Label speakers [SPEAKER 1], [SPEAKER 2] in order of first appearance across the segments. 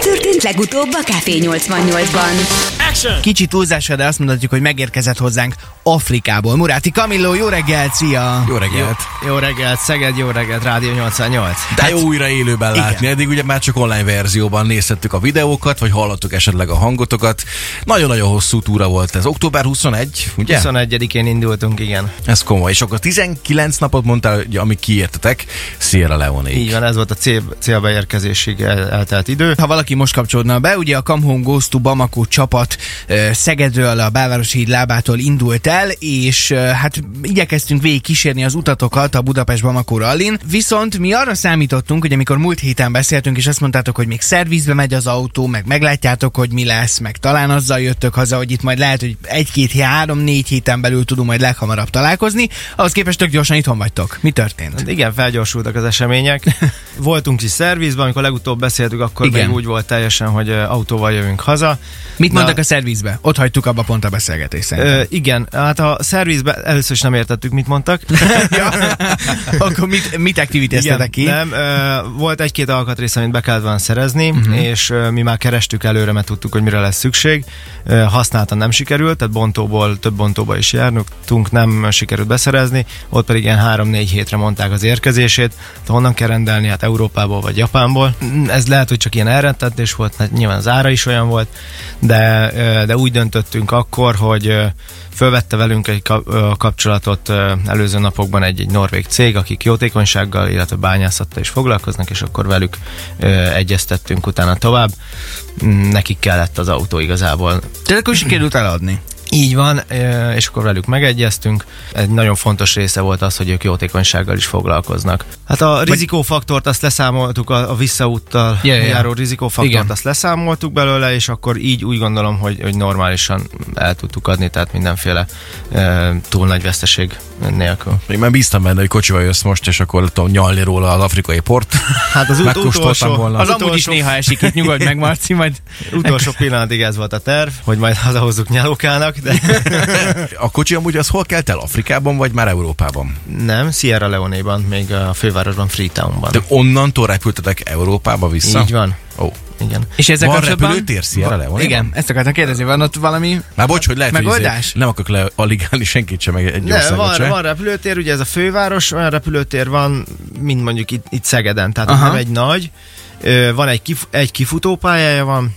[SPEAKER 1] történt legutóbb a Café 88-ban?
[SPEAKER 2] Kicsi túlzásra, de azt mondhatjuk, hogy megérkezett hozzánk Afrikából. Muráti Kamilló, jó reggelt, szia!
[SPEAKER 3] Jó reggelt.
[SPEAKER 2] Jó reggelt, Szeged, jó reggelt, Rádió 88.
[SPEAKER 3] De
[SPEAKER 4] Hát,
[SPEAKER 3] jó újra élőben
[SPEAKER 2] igen.
[SPEAKER 3] látni. Eddig ugye már csak online verzióban nézhettük a videókat, vagy hallottuk esetleg a hangotokat. Nagyon-nagyon hosszú túra volt ez. Október 21, ugye?
[SPEAKER 2] 21-én indultunk, igen.
[SPEAKER 3] Ez komoly. És akkor 19 napot mondtál, hogy amíg kiértetek Sierra
[SPEAKER 2] Így
[SPEAKER 3] Leone-ig.
[SPEAKER 2] van, ez volt a cél, célba érkezésig el, eltelt idő. Ha valaki most kapcsolódna be, ugye a Come Home Goes to Bamako csapat ö, Szegedről, a Belvárosi híd lábától indult el, és ö, hát igyekeztünk végig kísérni az utatokat a budapest bamako rallin. Viszont mi arra számítottunk, hogy amikor múlt héten beszéltünk, és azt mondtátok, hogy még szervizbe megy az autó, meg meglátjátok, hogy mi lesz, meg talán azzal jöttök haza, hogy itt majd lehet, hogy egy-két, három, négy héten belül tudunk majd leghamarabb találkozni, ahhoz képest tök gyorsan itthon vagytok. Mi történt?
[SPEAKER 4] Hát igen, felgyorsultak az események. Voltunk is szervizben, amikor legutóbb beszéltük, akkor
[SPEAKER 2] Igen.
[SPEAKER 4] igen. még úgy volt teljesen, hogy ö, autóval jövünk haza.
[SPEAKER 2] Mit
[SPEAKER 4] Na,
[SPEAKER 2] mondtak a szervizbe? Ott hagytuk abba pont a beszélgetést szerintem.
[SPEAKER 4] Ö, igen, hát a szervizben először is nem értettük, mit mondtak.
[SPEAKER 2] ja. Akkor mit, mit aktivitáztatok ki?
[SPEAKER 4] nem, ö, volt egy-két alkatrész, amit be kellett volna szerezni, uh-huh. és ö, mi már kerestük előre, mert tudtuk, hogy mire lesz szükség. Ö, használtan nem sikerült, tehát bontóból, több bontóba is járnunk, nem sikerült beszerezni, ott pedig ilyen 3-4 hétre mondták az érkezését, tehát honnan kell rendelni, hát Európából vagy Japánból. Mm, Ez lehet, hogy csak ilyen elrettentés volt, mert nyilván az ára is olyan volt, de, ö, de úgy döntöttünk akkor, hogy ö, fölvette velünk egy kap- ö, kapcsolatot ö, előző napokban egy, egy norvég cég, akik jótékonysággal, illetve bányászattal is foglalkoznak, és akkor velük ö, egyeztettünk utána tovább. Mm, Nekik kellett az autó igazából.
[SPEAKER 2] Tehát akkor sikerült eladni.
[SPEAKER 4] Így van, ö, és akkor velük megegyeztünk. Egy nagyon fontos része volt az, hogy ők jótékonysággal is foglalkoznak. Hát a rizikófaktort azt leszámoltuk, a, a visszaúttal
[SPEAKER 2] Ja, ja, ja.
[SPEAKER 4] járó rizikófaktort
[SPEAKER 2] Igen.
[SPEAKER 4] azt leszámoltuk belőle, és akkor így úgy gondolom, hogy, hogy normálisan el tudtuk adni, tehát mindenféle ö, túl nagy veszteség nélkül.
[SPEAKER 3] Én már bíztam benne, hogy kocsival jössz most, és akkor tudom nyalni róla az afrikai port.
[SPEAKER 4] Hát az ut-
[SPEAKER 3] Megkóstoltam
[SPEAKER 4] utolsó,
[SPEAKER 3] volna.
[SPEAKER 2] Az,
[SPEAKER 4] az
[SPEAKER 2] az amúgy is
[SPEAKER 4] utolsó,
[SPEAKER 2] néha esik itt, nyugodj meg Marci, majd
[SPEAKER 4] utolsó pillanatig ez volt a terv, hogy majd hazahozzuk nyalókának, de
[SPEAKER 3] A kocsi amúgy az hol kelt el? Afrikában, vagy már Európában?
[SPEAKER 4] nem, Sierra Leone-ban, még a fővárosban, Freetownban.
[SPEAKER 3] De onnantól repültetek Európába vissza?
[SPEAKER 4] Így van.
[SPEAKER 3] Ó.
[SPEAKER 4] Igen.
[SPEAKER 2] És ezzel
[SPEAKER 3] Van
[SPEAKER 2] kapcsolatban...
[SPEAKER 3] repülőtér Sierra Leone-ban?
[SPEAKER 2] Igen, ezt akartam kérdezni, van ott valami...
[SPEAKER 3] Már bocs, hogy lehet, hogy
[SPEAKER 2] Megoldás?
[SPEAKER 3] izé- nem akarok le aligálni senkit sem, meg egy
[SPEAKER 4] Ne,
[SPEAKER 3] országot
[SPEAKER 4] van,
[SPEAKER 3] se.
[SPEAKER 4] van repülőtér, ugye ez a főváros, olyan repülőtér van, mint mondjuk itt, itt Szegeden, tehát
[SPEAKER 2] Aha.
[SPEAKER 4] Aha. nem egy nagy. Ö, Van egy, kif- egy kifutópályája van,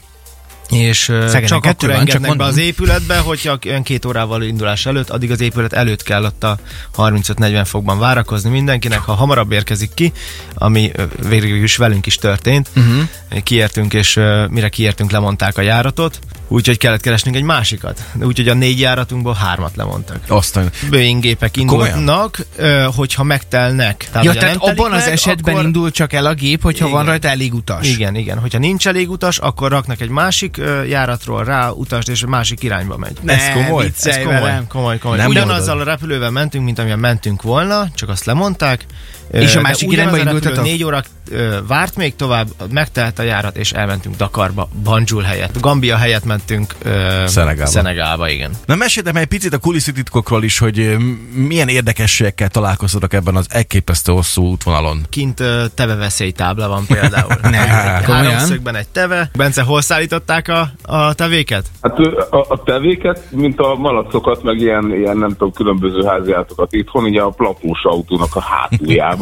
[SPEAKER 4] és ö,
[SPEAKER 2] Szegeden
[SPEAKER 4] csak
[SPEAKER 2] kettő
[SPEAKER 4] akkor
[SPEAKER 2] van, csak
[SPEAKER 4] engednek be
[SPEAKER 2] mondom.
[SPEAKER 4] az épületbe, hogyha olyan két órával indulás előtt, addig az épület előtt kell ott a 35-40 fokban várakozni mindenkinek, ha hamarabb érkezik ki, ami ö, végül is velünk is történt.
[SPEAKER 2] Mhm.
[SPEAKER 4] Uh-huh. Kiértünk, és ö, mire kiértünk, lemondták a járatot, úgyhogy kellett keresnünk egy másikat. Úgyhogy a négy járatunkból hármat lemondtak.
[SPEAKER 3] Aztán
[SPEAKER 4] Boeing gépek indulnak, ö, hogyha megtelnek.
[SPEAKER 2] Ja,
[SPEAKER 4] hogyha
[SPEAKER 2] tehát
[SPEAKER 4] nem telik
[SPEAKER 2] abban az
[SPEAKER 4] meg,
[SPEAKER 2] esetben
[SPEAKER 4] akkor-
[SPEAKER 2] indul csak el a gép, hogyha van
[SPEAKER 4] Igen.
[SPEAKER 2] rajta elég utas.
[SPEAKER 4] Igen, igen. Hogyha nincs elég utas, akkor raknak egy másik ö, járatról rá utast, és másik irányba megy.
[SPEAKER 2] Ne,
[SPEAKER 3] Ez komoly?
[SPEAKER 2] viccelj
[SPEAKER 4] Ez komoly,
[SPEAKER 2] velem.
[SPEAKER 4] komoly, komoly.
[SPEAKER 3] Nem
[SPEAKER 4] ugyanazzal a repülővel mentünk, mint amilyen mentünk volna, csak azt lemondták. Ö,
[SPEAKER 2] És a
[SPEAKER 4] de
[SPEAKER 2] másik
[SPEAKER 4] ugyanaz
[SPEAKER 2] irányba
[SPEAKER 4] a repülő
[SPEAKER 2] indultatok?
[SPEAKER 4] Négy óra ö, várt még tovább, megtelt a járat, és elmentünk Dakarba, Banjul helyett. Gambia helyett mentünk ö,
[SPEAKER 3] Szenegálba.
[SPEAKER 4] Szenegálba, igen.
[SPEAKER 3] Na meséltem egy picit a kulisszatitkokról is, hogy ö, m- milyen érdekességekkel találkoztatok ebben az elképesztő hosszú útvonalon.
[SPEAKER 4] kint ö, teve veszélytábla van például. ne,
[SPEAKER 2] komolyan?
[SPEAKER 4] háromszögben egy teve. Bence, hol szállították a, a tevéket?
[SPEAKER 5] Hát ö, a, a tevéket, mint a malacokat, meg ilyen, ilyen nem tudom, különböző háziátokat itthon, ugye a plapós autónak a hátuljába.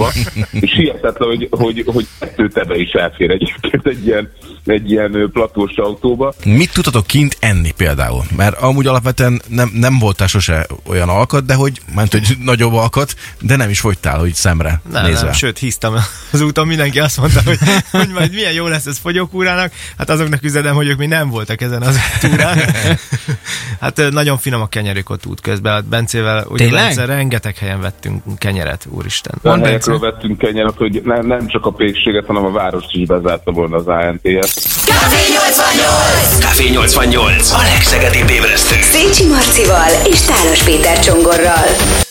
[SPEAKER 5] És hihetetlen, hogy, hogy, hogy kettő tebe is elfér egyébként egy ilyen, egy ilyen ö, platós autóba.
[SPEAKER 3] Mit tudtatok kint enni például? Mert amúgy alapvetően nem, nem voltál sose olyan alkat, de hogy, ment, hogy nagyobb alkat, de nem is fogytál, hogy szemre
[SPEAKER 4] Nem,
[SPEAKER 3] nézve.
[SPEAKER 4] nem, sőt, hisztem az úton, mindenki azt mondta, hogy, hogy majd milyen jó lesz ez fogyókúrának. Hát azoknak üzenem, hogy ők még nem voltak ezen az túrán. Hát ö, nagyon finom a kenyerük ott út közben. Hát Bencével, ugye
[SPEAKER 2] Tényleg?
[SPEAKER 4] Bence, rengeteg helyen vettünk kenyeret, úristen.
[SPEAKER 5] Olyan
[SPEAKER 2] Bence.
[SPEAKER 5] helyekről vettünk kenyeret, hogy ne, nem csak a pékséget, hanem a várost is bezárta volna az ANTS.
[SPEAKER 1] Café 88!
[SPEAKER 6] Café 88. A legszegedibb ébresztő.
[SPEAKER 1] Szécsi Marcival és Tálos Péter Csongorral.